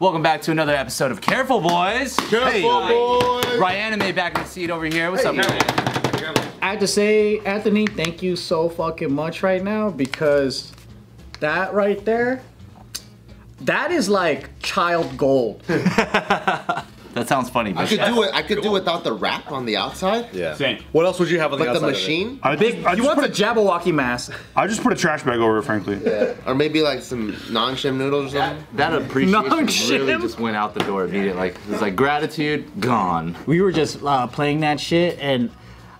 Welcome back to another episode of Careful Boys. Careful, boys. Ryan Anime back in the seat over here. What's up, man? I have to say, Anthony, thank you so fucking much right now because that right there, that is like child gold. That sounds funny. I but- could do it. I could do without the wrap on the outside. Yeah. Same. What else would you have on the Like the outside of it? machine, I just, I, You just want put the Jabberwocky mask? a, I just put a trash bag over it, frankly. or maybe like some non-shim noodles or something. That appreciation Non-shim. really just went out the door immediately. Like it was like gratitude gone. We were just uh, playing that shit and.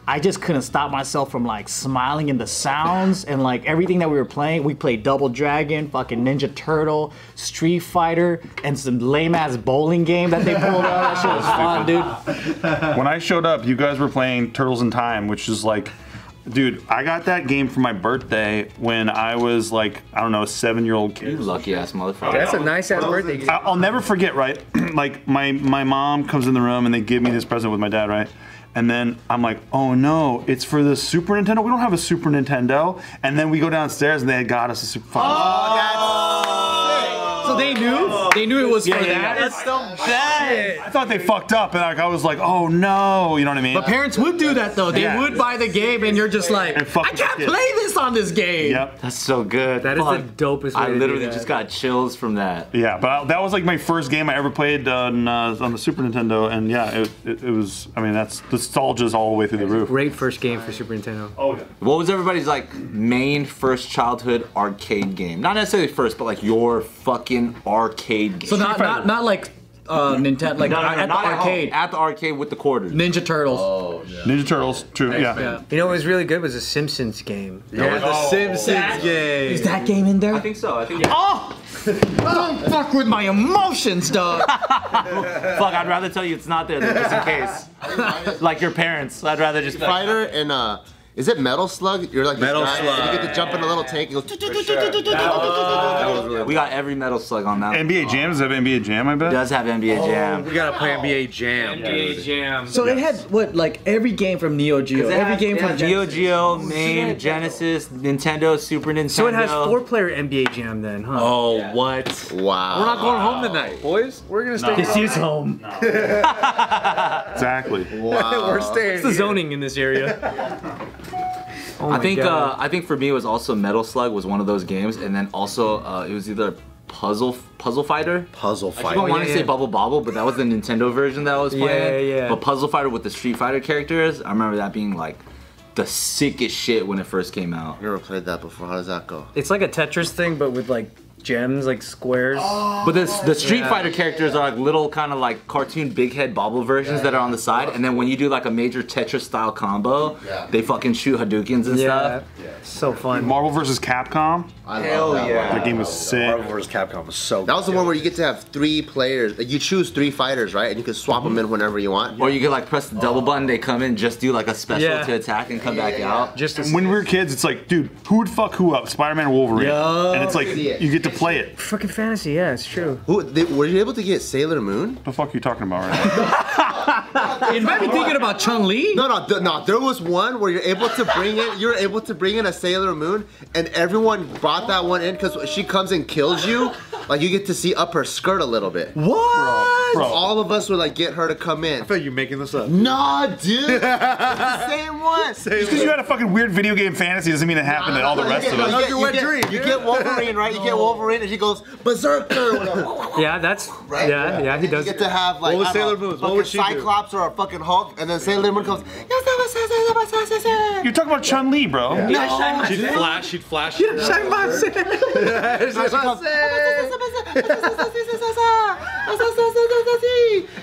I just couldn't stop myself from like smiling in the sounds and like everything that we were playing. We played Double Dragon, fucking Ninja Turtle, Street Fighter, and some lame ass bowling game that they pulled out. That shit was fun, dude. When I showed up, you guys were playing Turtles in Time, which is like, dude, I got that game for my birthday when I was like, I don't know, a seven year old You kid. lucky ass motherfucker. That's a nice ass birthday gift. I- I'll never forget, right? like my my mom comes in the room and they give me this present with my dad, right? And then I'm like, oh no, it's for the Super Nintendo. We don't have a Super Nintendo. And then we go downstairs and they had got us a Super. Oh, So they knew. They knew it was for that. the best. I thought they fucked up, and like I was like, oh no, you know what I mean? But parents would do that though. They Yeah. would buy the game, and you're just like, And fuck I can't the kid. play this on this game. yep. That's so good. That is Fuck. the dopest way I to do literally that. just got chills from that. Yeah, but I, that was like my first game I ever played on uh, on the Super Nintendo, and yeah, it, it, it was. I mean, that's nostalgia's all the way through the roof. Great first game for Super Nintendo. Oh yeah. What was everybody's like main first childhood arcade game? Not necessarily first, but like your fucking arcade game. So not not not like uh, Nintendo, like No, no, no, at the not home, Oh. arcade, at the arcade with the quarters. Ninja Turtles. Ninja Turtles, true. yeah. You know what was really good was a Simpsons game. Yeah, the Oh, Simpsons game. Is that game in there? I think so. I think oh, don't fuck with my emotions, dog. Fuck, I'd rather tell you it's not there than just in case. like your parents. I'd rather just Fighter and uh, is it Metal Slug? You're like this Metal guy, and you get to Slug. jump in a little tank and go. We got every metal slug on that. NBA Jam does it have NBA Jam, I bet. It does have NBA Jam. We gotta play NBA Jam. dude. So they had what like every game from Neo Geo, It every has- game it from has Neo Genesis. Geo, MAME, Genesis, Nintendo, Super Nintendo. So it has four-player NBA Jam then, huh? Oh, what? Wow. We're not going home tonight, boys. We're gonna stay. This is home. Exactly. We're staying. What's the zoning in this area? oh my I think uh, God. I think for me it was also Metal Slug was one of those games, and then also uh, it was either Puzzle Puzzle Fighter. Puzzle I don't fight. yeah, want to say yeah. Bubble Bobble, but that was the Nintendo version that I was playing. Yeah, yeah. But Puzzle Fighter with the Street Fighter characters, I remember that being like the sickest shit when it first came out. Never played that before. How does that go? it's like a Tetris thing, but with like gems, like squares. But the, the Street Yeah. Fighter characters are like little kind of like cartoon big head bobble versions that are on the side, and then when you do like a major Tetris style combo, Yeah. they fucking shoot Hadoukens and yeah. stuff. So fun. Marvel vs. Capcom. I love Hell that yeah. one. That game was sick. Marvel vs. Capcom was so. That was the one where you get to have three players. You choose three fighters, right? And you can swap them in whenever you want. Or you could like press the double button, they come in, just do like a special Yeah. to attack and come back out. Just a When we were kids, it's like, dude, who would fuck who up? Spider-Man or Wolverine? And it's like, Yeah. you get to play it. fucking fantasy. Yeah, it's true. Who, they, were you able to get Sailor Moon? What the fuck are you talking about right now? You might be thinking about Chun Li. No, no, th- no. There was one where you're able to bring in, you're able to bring in a Sailor Moon, and everyone brought that one in because she comes and kills you. Like you get to see up her skirt a little bit. What? Bro. All of us would like get her to come in. thought you were making this up. Nah, dude. It's the same one. Just because you had a fucking weird video game fantasy doesn't mean it happened to all the rest of You us. get- your you wet get- dream, You dude. get Wolverine, right? You get Wolverine, and he goes berserker. Yeah, that's. Right? Yeah, yeah, he And does. You get to have like What was I don't Sailor know, Moon's? What fucking would she do? Cyclops or a fucking Hulk, and then Sailor Moon comes. "Yes, yes, yes, yes, yes, yes, yes, yes." You're talking about Chun Li, bro. She'd flash. She'd flash. She comes,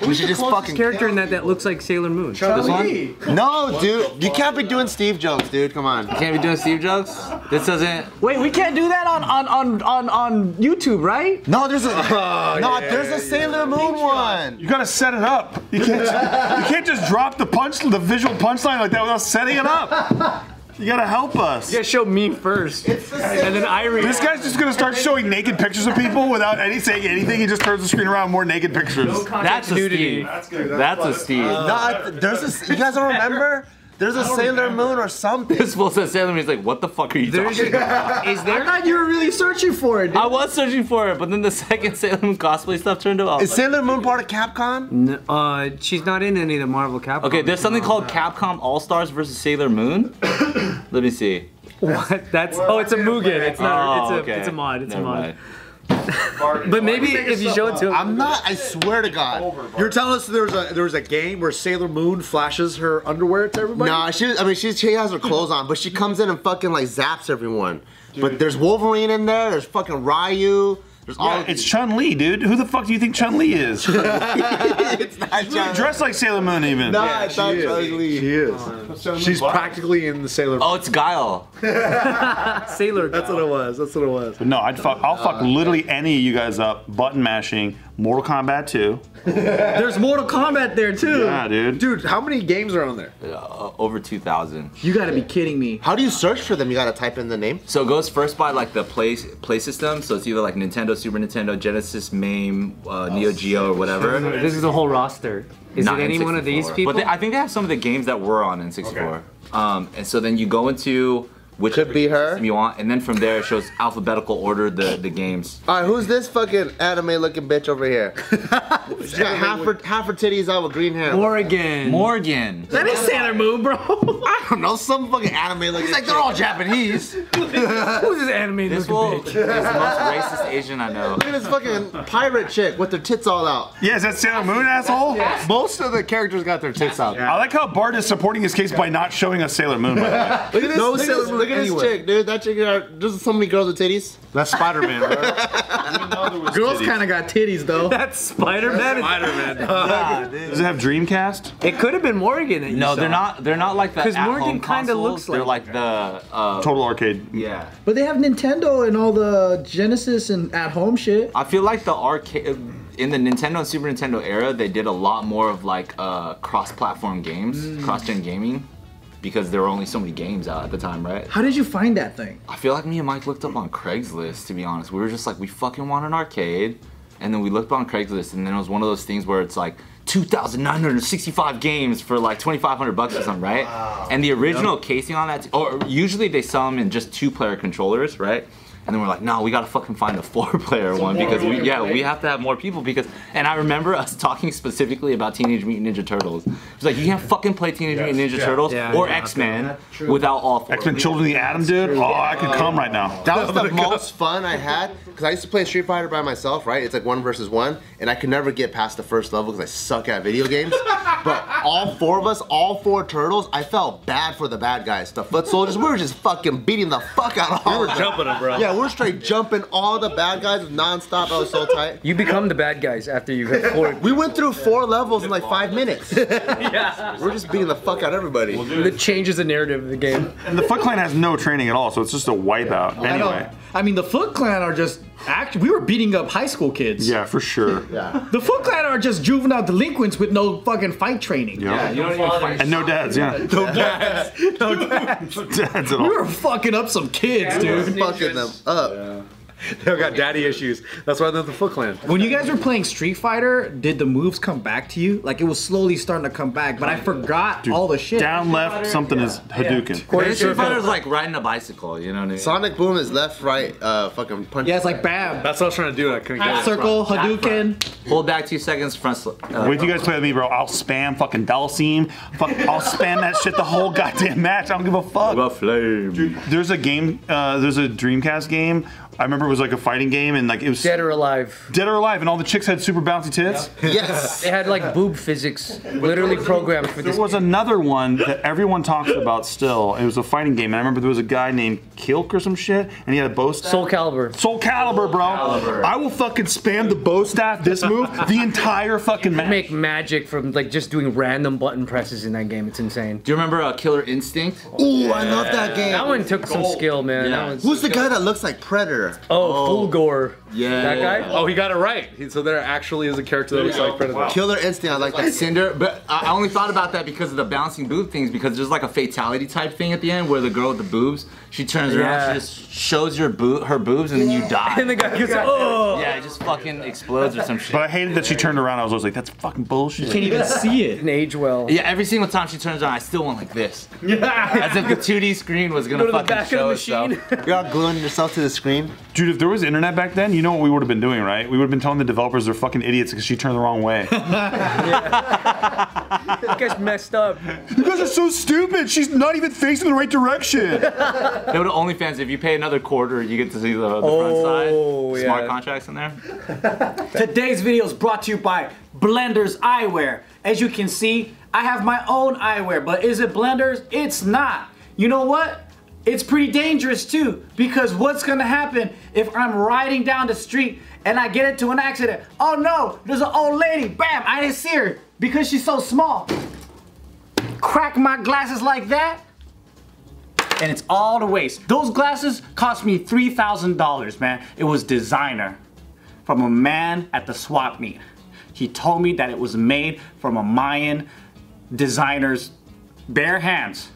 We should just fucking character in that that looks like Sailor Moon. this one. No, Oh, dude, you can't be doing Steve jokes, dude. Come on. Can't be doing Steve jokes. This doesn't. Wait, we can't do that on on on on on YouTube, right? No, there's a Oh, no, there's a Sailor Moon one. You gotta set it up. You can't, you can't just drop the punch, the visual punchline like that without setting it up. You gotta help us. Yeah, show me first, and then I read. This guy's just gonna start showing naked pictures of people without any saying anything. He just turns the screen around with more naked pictures. That's a nudity. Steve. That's a Steve. Uh, No, there's a. You guys don't remember? There's a Sailor Moon or something. This fool says Sailor Moon. He's like, what the fuck are you talking about? Is there? I thought you were really searching for it. I was searching for it, but then the second Sailor Moon cosplay stuff turned up. I was Is like, Sailor Moon part of Capcom? N- Uh, she's not in any of the Marvel Capcom. okay, there's something called Capcom All Stars versus Sailor Moon. Let me see. What? That's oh, it's a Mugen. It's not. Oh, it's a. okay. It's a mod. It's a Never mod. mind. But maybe if you show it to him, I'm not. I swear to God. You're telling us there was a there was a game where Sailor Moon flashes her underwear to everybody? Nah, she. I mean, she. She has her clothes on, but she comes in and fucking like zaps everyone. But there's Wolverine in there. There's fucking Ryu. There's all. Yeah, it's Chun Li, dude. Who the fuck do you think Chun Li is? She's it's not really John. dressed like Sailor Moon, even. Nah, Yeah, it's not she Chun is. Li. She is. She's practically in the Sailor. Oh, it's Guile. Sailor. That's what it was. That's what it was. But no, I'd fuck. I'll fuck literally any of you guys up. Button mashing, Mortal Kombat 2. There's Mortal Kombat there too. Yeah, dude. Dude, how many games are on there? Uh, over 2,000. You gotta be kidding me. How do you search for them? You gotta type in the name. So it goes first by like the play play system. So it's either like Nintendo, Super Nintendo, Genesis, MAME, Oh, uh, Neo Geo, or whatever. This is a whole roster. Is Not it any N64. one of these people? But they, I think they have some of the games that were on N64. Um, and so then you go into which Could be her. system you want, and then from there it shows alphabetical order the the games. All right, who's this fucking anime-looking bitch over here? She's got half her half her titties out with green hair. Morgan. Morgan. that is Sailor Moon, bro. I don't know, some fucking anime-looking. He's like they're all Japanese. Look Who's this anime? This This will is the most racist Asian I know. at this fucking pirate chick with their tits all out. Yeah, is that Sailor Moon, asshole? Most of the characters got their tits out. I like how Bart is supporting his case by not showing us Sailor Moon. by the way. Look at this, No look, at Sailor this, Moon look at this anywhere. chick, dude. That chick, got- there's so many girls with titties. That's Spider Man, bro. Girls kind of got titties though. That's Spider Man. Does it have Dreamcast? It could have been Morgan. that you No, saw. they're not. They're not like the 'Cause at-home Morgan kinda consoles. looks They're like like the uh, Total Arcade. yeah. But they have Nintendo and all the Genesis and at home shit. I feel like the arcade in the Nintendo and Super Nintendo era, they did a lot more of like uh, cross-platform games, cross-gen gaming, because there were only so many games out at the time, right? How did you find that thing? I feel like me and Mike looked up on Craigslist. To be honest, we were just like, we fucking want an arcade, and then we looked on Craigslist, and then it was one of those things where it's like. 2,965 games for like 2,500 bucks or something, right? And the original casing on that, or usually they sell them in just two-player controllers, right? And then we're like, no, we gotta fucking find a four-player one because we, yeah, we have to have more people because. And I remember us talking specifically about Teenage Mutant Ninja Turtles. It's like you can't fucking play Teenage Mutant Ninja Turtles Yeah, or yeah. X Men without all four. X Men Children of the Atom, dude. Oh, I could come right now. That was the most fun I had because I used to play Street Fighter by myself, right? It's like one versus one, and I could never get past the first level because I suck at video games. but all four of us, all four turtles, I felt bad for the bad guys. The foot soldiers, we were just fucking beating the fuck out of all of them. Jumping him, bro. Yeah, we we're straight jumping all the bad guys nonstop. I was so tight. You become the bad guys after you hit four. We went through four levels in like five minutes. We're just beating the fuck out of everybody. it changes the narrative of the game. And the Foot Clan has no training at all, so it's just a wipeout. Anyway. I mean, the Foot Clan are just act. We were beating up high school kids. Yeah, for sure. The Foot Clan are just juvenile delinquents with no fucking fight training. Yeah. You don't even find And no dads, yeah. No dads. No dads. dads at We all. were fucking up some kids, dude. Fucking them up. They all got daddy issues. That's why they're the Foot Clan. When you guys were playing Street Fighter, did the moves come back to you? Like it was slowly starting to come back, but I forgot all the shit. Down left, something is Hadouken. But Street Fighter's like riding a bicycle, you know what I mean? Sonic Boom is left, right, uh, fucking punch. Yeah, it's like bam. That's what I was trying to do. and I couldn't get it. Circle, Hadouken. Hold back two seconds, front slip. Uh, Wait, you guys play with me, bro. I'll spam fucking Dalsim. Fuck, I'll spam that shit the whole goddamn match. I don't give a fuck. flame. There's a game. Uh, there's a Dreamcast game. I remember it was like a fighting game, and like it was Dead or alive. Dead or alive, and all the chicks had super bouncy tits. Yes. They had like boob physics literally programmed for this. There was another one that everyone talks about still. It was a fighting game, and I remember there was a guy named Kilk or some shit, and he had a bow staff. Soul Calibur. Soul Calibur, bro. I will fucking spam the bow staff, this move, the entire fucking match. Make magic from like just doing random button presses in that game. It's insane. Do you remember uh, Killer Instinct? Ooh, I love that game. That one took some skill, man. That Yeah. one's, Who's the guy that looks like Predator? oh, Fulgore. Yeah. That guy? Oh, he got it right. He, so there actually is a character that looks like Predator. Killer Instinct, I like that. Cinder, but I I only thought about that because of the bouncing boob things. Because there's like a fatality type thing at the end where the girl with the boobs, She turns around, Yeah. she just shows your boo- her boobs, and then you die. And the guy goes, oh! yeah, it just fucking explodes or some shit. But I hated that she turned around. I was always like, that's fucking bullshit. Can't even see it. "Oh." Didn't age well. yeah, every single time she turns around, I still went like this. As if the 2D screen was gonna Go to the fucking back show of the itself. machine. You're all gluing yourself to the screen. Dude, if there was internet back then, you know what we would have been doing, right? We would have been telling the developers they're fucking idiots because she turned the wrong way. That guy's messed up. you guys are so stupid. She's not even facing the right direction. They would OnlyFans. If you pay another quarter, you get to see the, the Oh, front side. Smart yeah. contracts in there. Today's video is brought to you by Blenders Eyewear. As you can see, I have my own eyewear, but is it Blenders? It's not. You know what? It's pretty dangerous too, because what's gonna happen if I'm riding down the street and I get into an accident? Oh no, there's an old lady. Bam, I didn't see her because she's so small. Crack my glasses like that, and it's all to waste. Those glasses cost me $3,000, man. It was designer from a man at the swap meet. He told me that it was made from a Mayan designer's bare hands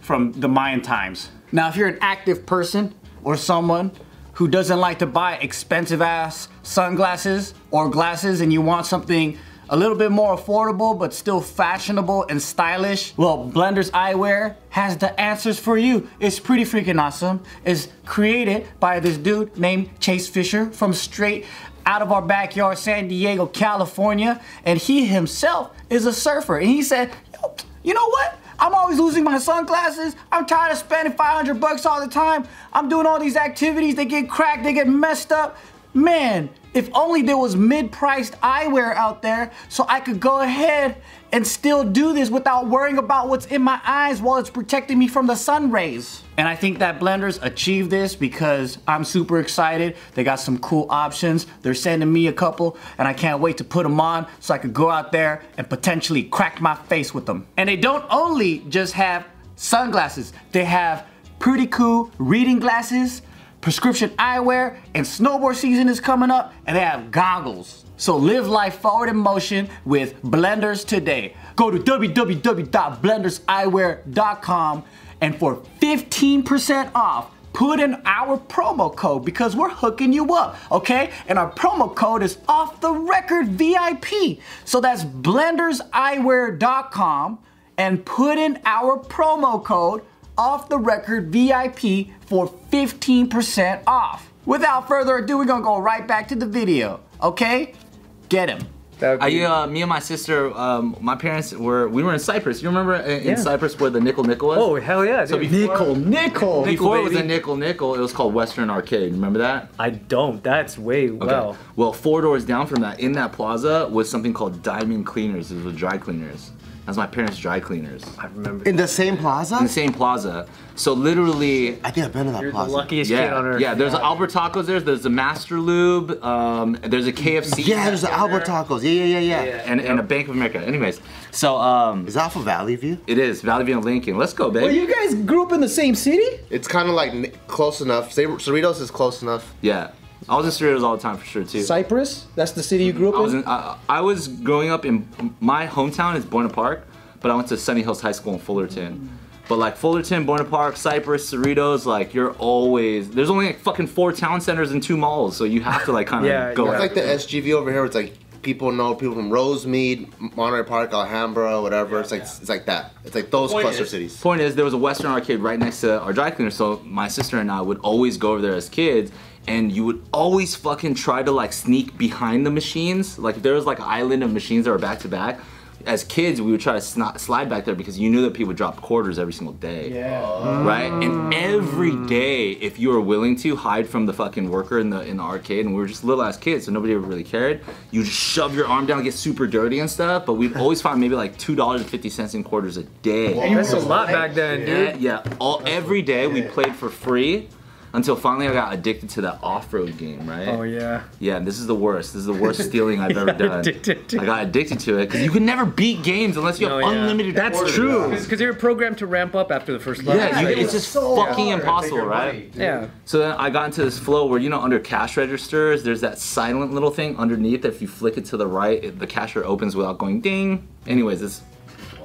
from the Mayan times. Now, if you're an active person or someone who doesn't like to buy expensive ass sunglasses or glasses and you want something a little bit more affordable but still fashionable and stylish, well, Blenders Eyewear has the answers for you. It's pretty freaking awesome. It's created by this dude named Chase Fisher from straight out of our backyard, San Diego, California, and he himself is a surfer. And he said, "Yo, you know what? I'm always losing my sunglasses. I'm tired of spending 500 bucks all the time. I'm doing all these activities. They get cracked, they get messed up. Man, if only there was mid priced eyewear out there so I could go ahead and still do this without worrying about what's in my eyes while it's protecting me from the sun rays. And I think that Blenders achieved this because I'm super excited. They got some cool options. They're sending me a couple, and I can't wait to put them on so I could go out there and potentially crack my face with them. And they don't only just have sunglasses, they have pretty cool reading glasses prescription eyewear, and snowboard season is coming up, and they have goggles. So live life forward in motion with Blenders today. Go to www.blenderseyewear.com and for 15% off, put in our promo code because we're hooking you up, okay? And our promo code is off the record VIP. So that's blenderseyewear.com and put in our promo code off the record VIP for 15% off. Without further ado, we're gonna go right back to the video, okay? Get him. I, uh, me and my sister, um, my parents were, we were in Cyprus. You remember uh, in, in Cyprus where the nickel nickel was? Oh, hell yeah. So dude. before- nickel. Before it was a baby. nickel nickel, it was called Western Arcade. Remember that? I don't. That's way well. Well, four doors down from that, in that plaza, was something called Diamond Cleaners. It was dry cleaners. That's my parents' dry cleaners. I remember. In the same In plaza? the same plaza. So literally, I think I've been to that You're plaza. the luckiest kid on yeah, earth. yeah. There's Albert Tacos. There's there's a Master Lube. Um, there's a KFC. yeah, there's the Albert Tacos. Yeah, yeah, yeah, yeah. and, and a Bank of America. Anyways, so um, Is that off of Valley View? it is Valley View and Lincoln. Let's go, babe. Well, you guys grew up in the same city? It's kind of like n- close enough. Say- Cerritos is close enough. Yeah, I was in Cerritos all the time for sure too. Cyprus? That's the city you grew I up was in? in, I, I was growing up in my hometown is Buena Park, but I went to Sunny Hills High School in Fullerton. But like Fullerton, Buena Park, Cypress, Cerritos, like you're always there's only like fucking four town centers and two malls, so you have to like kind of Yeah, go. yeah. It's out. like the SGV over here. It's like people know people from Rosemead, Monterey Park, Alhambra, whatever. it's like it's like that. It's like those cluster cities. Point is, there was a Western arcade right next to our dry cleaner, so my sister and I would always go over there as kids, and you would always fucking try to like sneak behind the machines. Like if there was like an island of machines that were back to back. As kids, we would try to sni- slide back there because you knew that people would drop quarters every single day. Yeah. Right. And every day, if you were willing to hide from the fucking worker in the in the arcade, and we were just little ass kids, so nobody really cared. You just shove your arm down, get super dirty and stuff. But we'd always find maybe like two dollars and fifty cents in quarters a day. That's a lot back then, dude. Yeah, yeah. All every day we played for free until finally I got addicted to that off-road game, right? Oh, yeah. Yeah, this is the worst. This is the worst stealing I've ever done. addicted to I got addicted to it because you can never beat games unless you have No, yeah. unlimited. That's quarters. true. Because they were programmed to ramp up after the first level. Yeah, you, Like, it's just fucking impossible, right? yeah. So then I got into this flow where you know under cash registers, there's that silent little thing underneath. If you flick it to the right, it, the cashier opens without going ding. Anyways, it's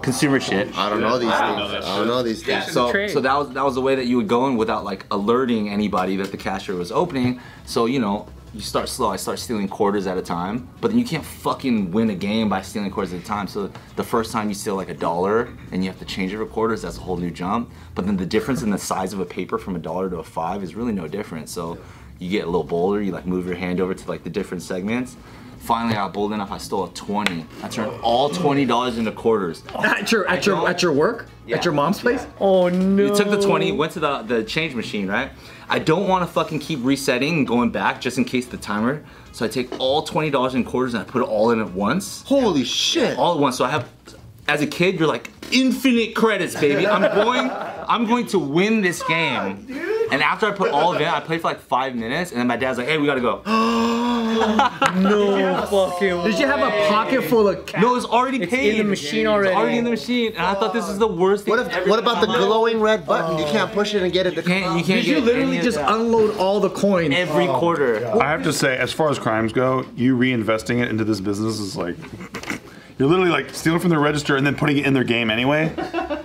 consumer shit. I don't know these things. know that I don't shit. know these things. So, trade. so that was that was the way that you would go in without like alerting anybody that the cashier was opening. So you know, you start slow. I start stealing quarters at a time, but then you can't fucking win a game by stealing quarters at a time. So the first time you steal like a dollar and you have to change it for quarters, that's a whole new jump. But then the difference in the size of a paper from a dollar to a five is really no different. So you get a little bolder. You like move your hand over to like the different segments. Finally, I got bold enough. I stole a twenty. I turned all twenty dollars into quarters. At your at your don't- at your work? Yeah. At your mom's place? Oh no. You took the 20, went to the, the change machine, right? I don't want to fucking keep resetting and going back just in case the timer. So I take all $20 in quarters and I put it all in at once. Holy shit! All at once. So I have, as a kid, you're like, infinite credits, baby. I'm going, I'm going to win this game. And after I put all of it, I played for like five minutes, and then my dad's like, "Hey, we gotta go." No fucking Did you have a pocket full of cash? No, it's already It's paid. in the machine It's already. already in the machine, and I thought this is the worst thing. What if? What about the glowing red button? You can't push it and get it to You can't, you can't Did you get literally any of just that. unload all the coins? every quarter? Oh, I have to say, as far as crimes go, you reinvesting it into this business is like. You're literally like stealing from their register and then putting it in their game anyway.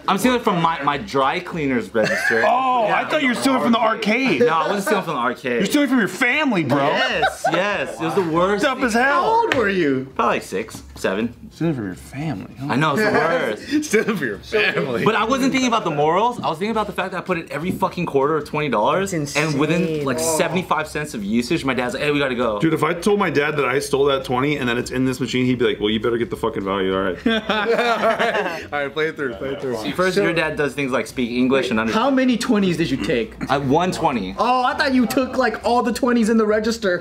I'm stealing from my, my dry cleaners register. Oh, I thought you were stealing from the arcade. No, I wasn't stealing from the arcade. You're stealing from your family, bro. yes, yes. It was the worst. It's up as How hell. old were you? Probably like six, seven. Stealing from your family. huh? I know it's the worst. Instead of your family. But I wasn't thinking about the morals. I was thinking about the fact that I put in every fucking quarter of twenty dollars, That's and within insane. like Oh. seventy-five cents of usage, my dad's like, "Hey, we gotta go." Dude, if I told my dad that I stole that 20 and then it's in this machine, he'd be like, well, you better get the fucking value. All right. All right, play it through. Play it through. First, your dad does things like speak English and understand. How many 20s did you take? At one twenty, Oh, I thought you took like all the 20s in the register.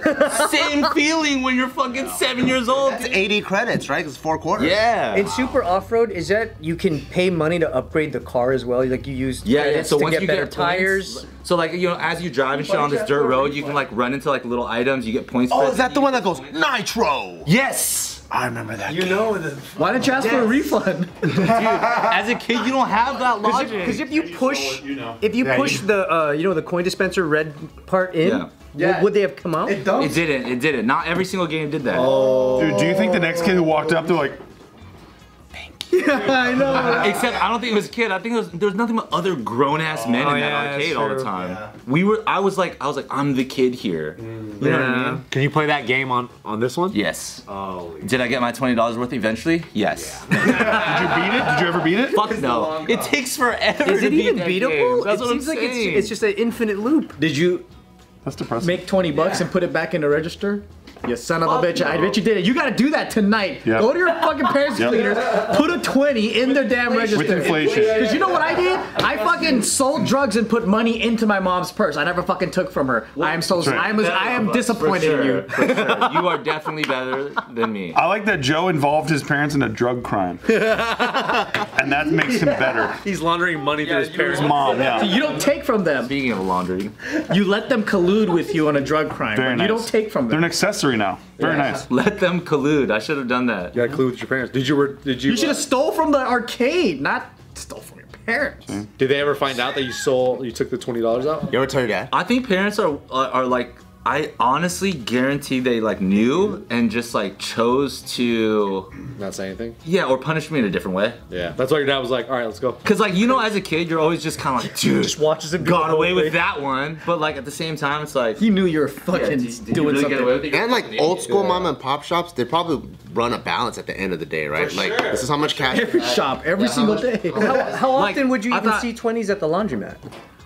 same feeling when you're fucking seven years old. It's 80 credits, right? 'Cause It's four quarters. Yeah. In Super Off Road, is that you can pay money to upgrade the car as well? Like you use Yeah, yeah. credits So to once get you better get tires. points- so like you know, as you drive and shit on this dirt road, you can like run into like little items. You get points. for Oh, it. is that the one that goes nitro? Yes. I remember that. You know the Why didn't you ask for a refund? As a kid, you don't have that logic. Because if you push, you know. if you Yeah, push you- the uh, you know the coin dispenser red part in, Yeah. would- Yeah. Would, they have come out? it dumps. It didn't. It didn't. Not every single game did that. Dude, do you think the next kid who walked up, they're like, I know. Except I don't think it was a kid. I think it was there was nothing but other grown ass men in that Oh, yeah, Mm. that's arcade all the true. time. We were. I was like. I was like. I'm the kid here. You know what I mean? Can you play that game on on this one? Yes. Did I get my twenty dollars worth eventually? Yes. did you beat it? Did you ever beat it? Fuck no. It takes forever. Is to it beat even that game. beatable? That's it what seems I'm like it's, saying. it's just an infinite loop. Did you That's depressing. make 20 bucks and put it back in the register? You son of a Fuck bitch. I no. bet you did it. You gotta do that tonight. Yeah. Go to your fucking parents' Yeah. cleaners, put a 20 in their damn With register. inflation. Because you know what I did? I fucking sold drugs and put money into my mom's purse. I never fucking took from her. I am so That's right. I am I am For disappointed sure, in you. For sure. You are definitely better than me. I like that Joe involved his parents in a drug crime. and that makes him better. He's laundering money through his parents. His mom, yeah. You don't take from them. Speaking of laundry, You let them collude with you on a drug crime. Very but nice. You don't take from They're them. an accessory now. Very nice. let them collude. I should have done that. You got a clue with your parents. Did you re- did you, you should have stole from the arcade, not stole from your parents. Did they ever find out that you sold you took the twenty dollars out? You ever tell your dad? I think parents are are, are like I honestly guarantee they like knew and just like chose to Not say anything. yeah or punish me in a different way Yeah. That's why your dad was like, all right, let's go. because like you know as a kid you're always just kind of like dude Just watches him do the got whole away with thing. that one but like at the same time it's like He knew you were yeah, did, fucking did you doing really get something. away with it? And like old school mom and pop shops, they probably run a balance at the end of the day, right? like this is how much cash. Every shop, every single day. How, how Like, often would you I even thought- see 20s at the laundromat?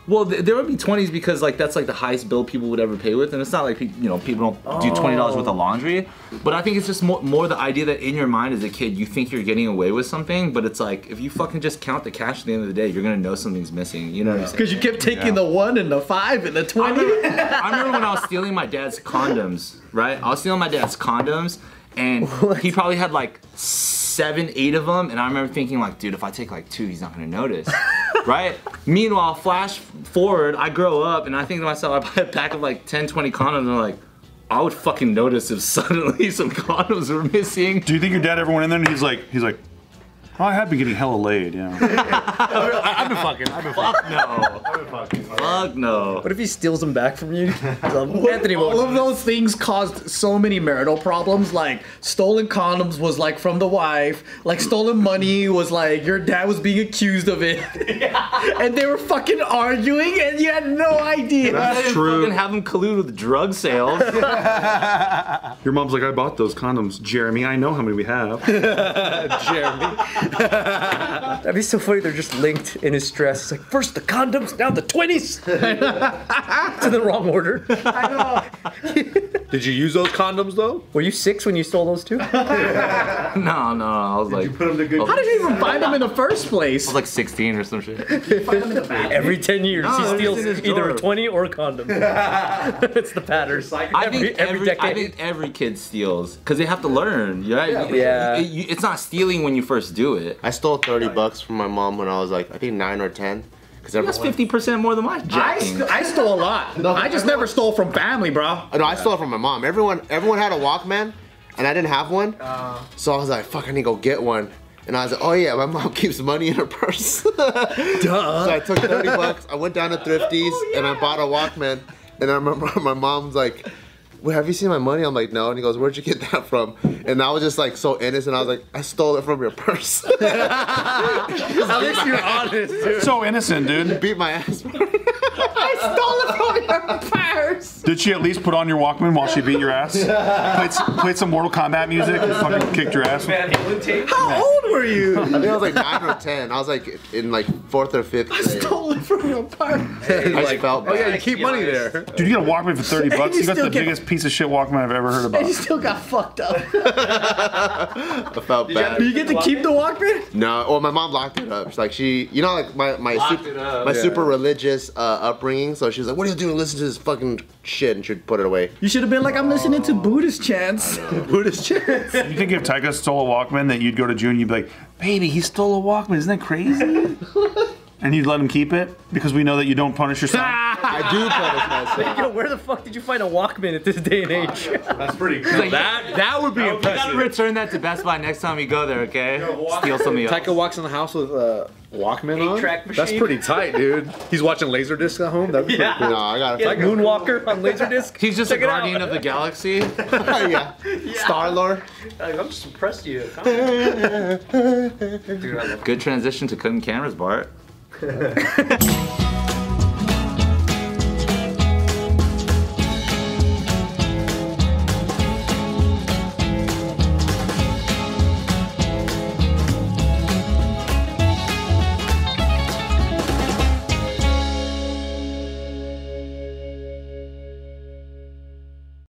Well, th- there would be twenties because like that's like the highest bill people would ever pay with, and it's not like pe- you know people don't do twenty dollars worth of laundry. But I think it's just more, more the idea that in your mind as a kid you think you're getting away with something, but it's like if you fucking just count the cash at the end of the day, you're gonna know something's missing. You know what I'm saying? Because you kept taking the one and the five and the I twenty. remember, I remember when I was stealing my dad's condoms, right? I was stealing my dad's condoms, and he probably had like seven, eight of them. And I remember thinking, like, dude, if I take like two, he's not gonna notice, right? Meanwhile, flash forward, I grow up, and I think to myself, I buy a pack of like 10, 20 condoms, and I'm like, I would fucking notice if suddenly some condoms were missing. Do you think your dad ever went in there and he's like, he's like, Oh, I have been getting hella laid, yeah. I've been fucking. I've been fucking. Fuck no. Fuck no. What if he steals them back from you? Anthony won't. All of those things caused so many marital problems. Like stolen condoms was like from the wife. Like stolen money was like your dad was being accused of it. and they were fucking arguing, and you had no idea. I didn't true. fucking have him collude with drug sales. Your mom's like, I bought those condoms, Jeremy. I know how many we have. That'd be so funny. They're just linked in his stress. It's like first the condoms, now the twenties. It's in the wrong order. Did you use those condoms though? Were you six when you stole those two? no, no, no. I was like, I Put them to good. How did you even find them in the first place? was like 16 or some shit. Every ten years, No, they're he just steals in his either drawer. a twenty or a condom. it's the pattern. I think Every- every every, I decade. think every kid steals because they have to learn. Right? Yeah. It- you- it's not stealing when you first do it. I stole 30 bucks from my mom when I was like, I think nine or 10. Because That's everyone. 50% more than my I, jacking. st- I stole a lot. I just never stole from family, bro. Oh, No, I stole it from my mom. Everyone, everyone had a Walkman, and I didn't have one. Uh. so I was like, fuck, I need to go get one. And I was like, oh yeah, my mom keeps money in her purse. Duh. So I took 30 bucks. I went down to Thrifties Oh, and I bought a Walkman. And I remember my mom's like, well, have you seen my money? I'm like, no. And he goes, where'd you get that from? And I was just like so innocent. I was like, I stole it from your purse. At least you're honest. So innocent, dude. Beat my ass. Did she at least put on your Walkman while she beat your ass? Played, s- played some Mortal Kombat music and fucking kicked your ass. How old were you? I think I was like nine or ten. I was like in like fourth or fifth grade. stole oh, it from your parents. I just felt bad. Keep money there. Dude, you got a Walkman for 30 bucks. you You got still the get- biggest piece of shit Walkman I've ever heard And about. you still got fucked up. I felt bad. You get to keep the Walkman? No, well, my mom locked it up. She's like, she, you know, like my my super, my super religious uh, upbringing. So she was like, "What are you doing? Listen to this fucking shit," and she'd put it away. You should have been like, I'm listening to Buddhist chants. Buddhist chants. You think if Tyga stole a Walkman that you'd go to June, you'd be like, baby, he stole a Walkman. Isn't that crazy? and you'd let him keep it because we know that you don't punish yourself. I do punish myself. Yo, where the fuck did you find a Walkman at this day and age? That's pretty cool. that that would be impressive. You gotta return that to Best Buy next time you go there, okay? Steal some of Tyka walks in the house with a Walkman on. Eight-track That's machine. pretty tight, dude. He's watching Laserdisc at home. That'd be pretty No, I got Like it. Moonwalker on Laserdisc. He's just Check a it out. guardian of the galaxy. yeah. Star Lord. I'm just impressed you. Good transition to cutting cameras, Bart.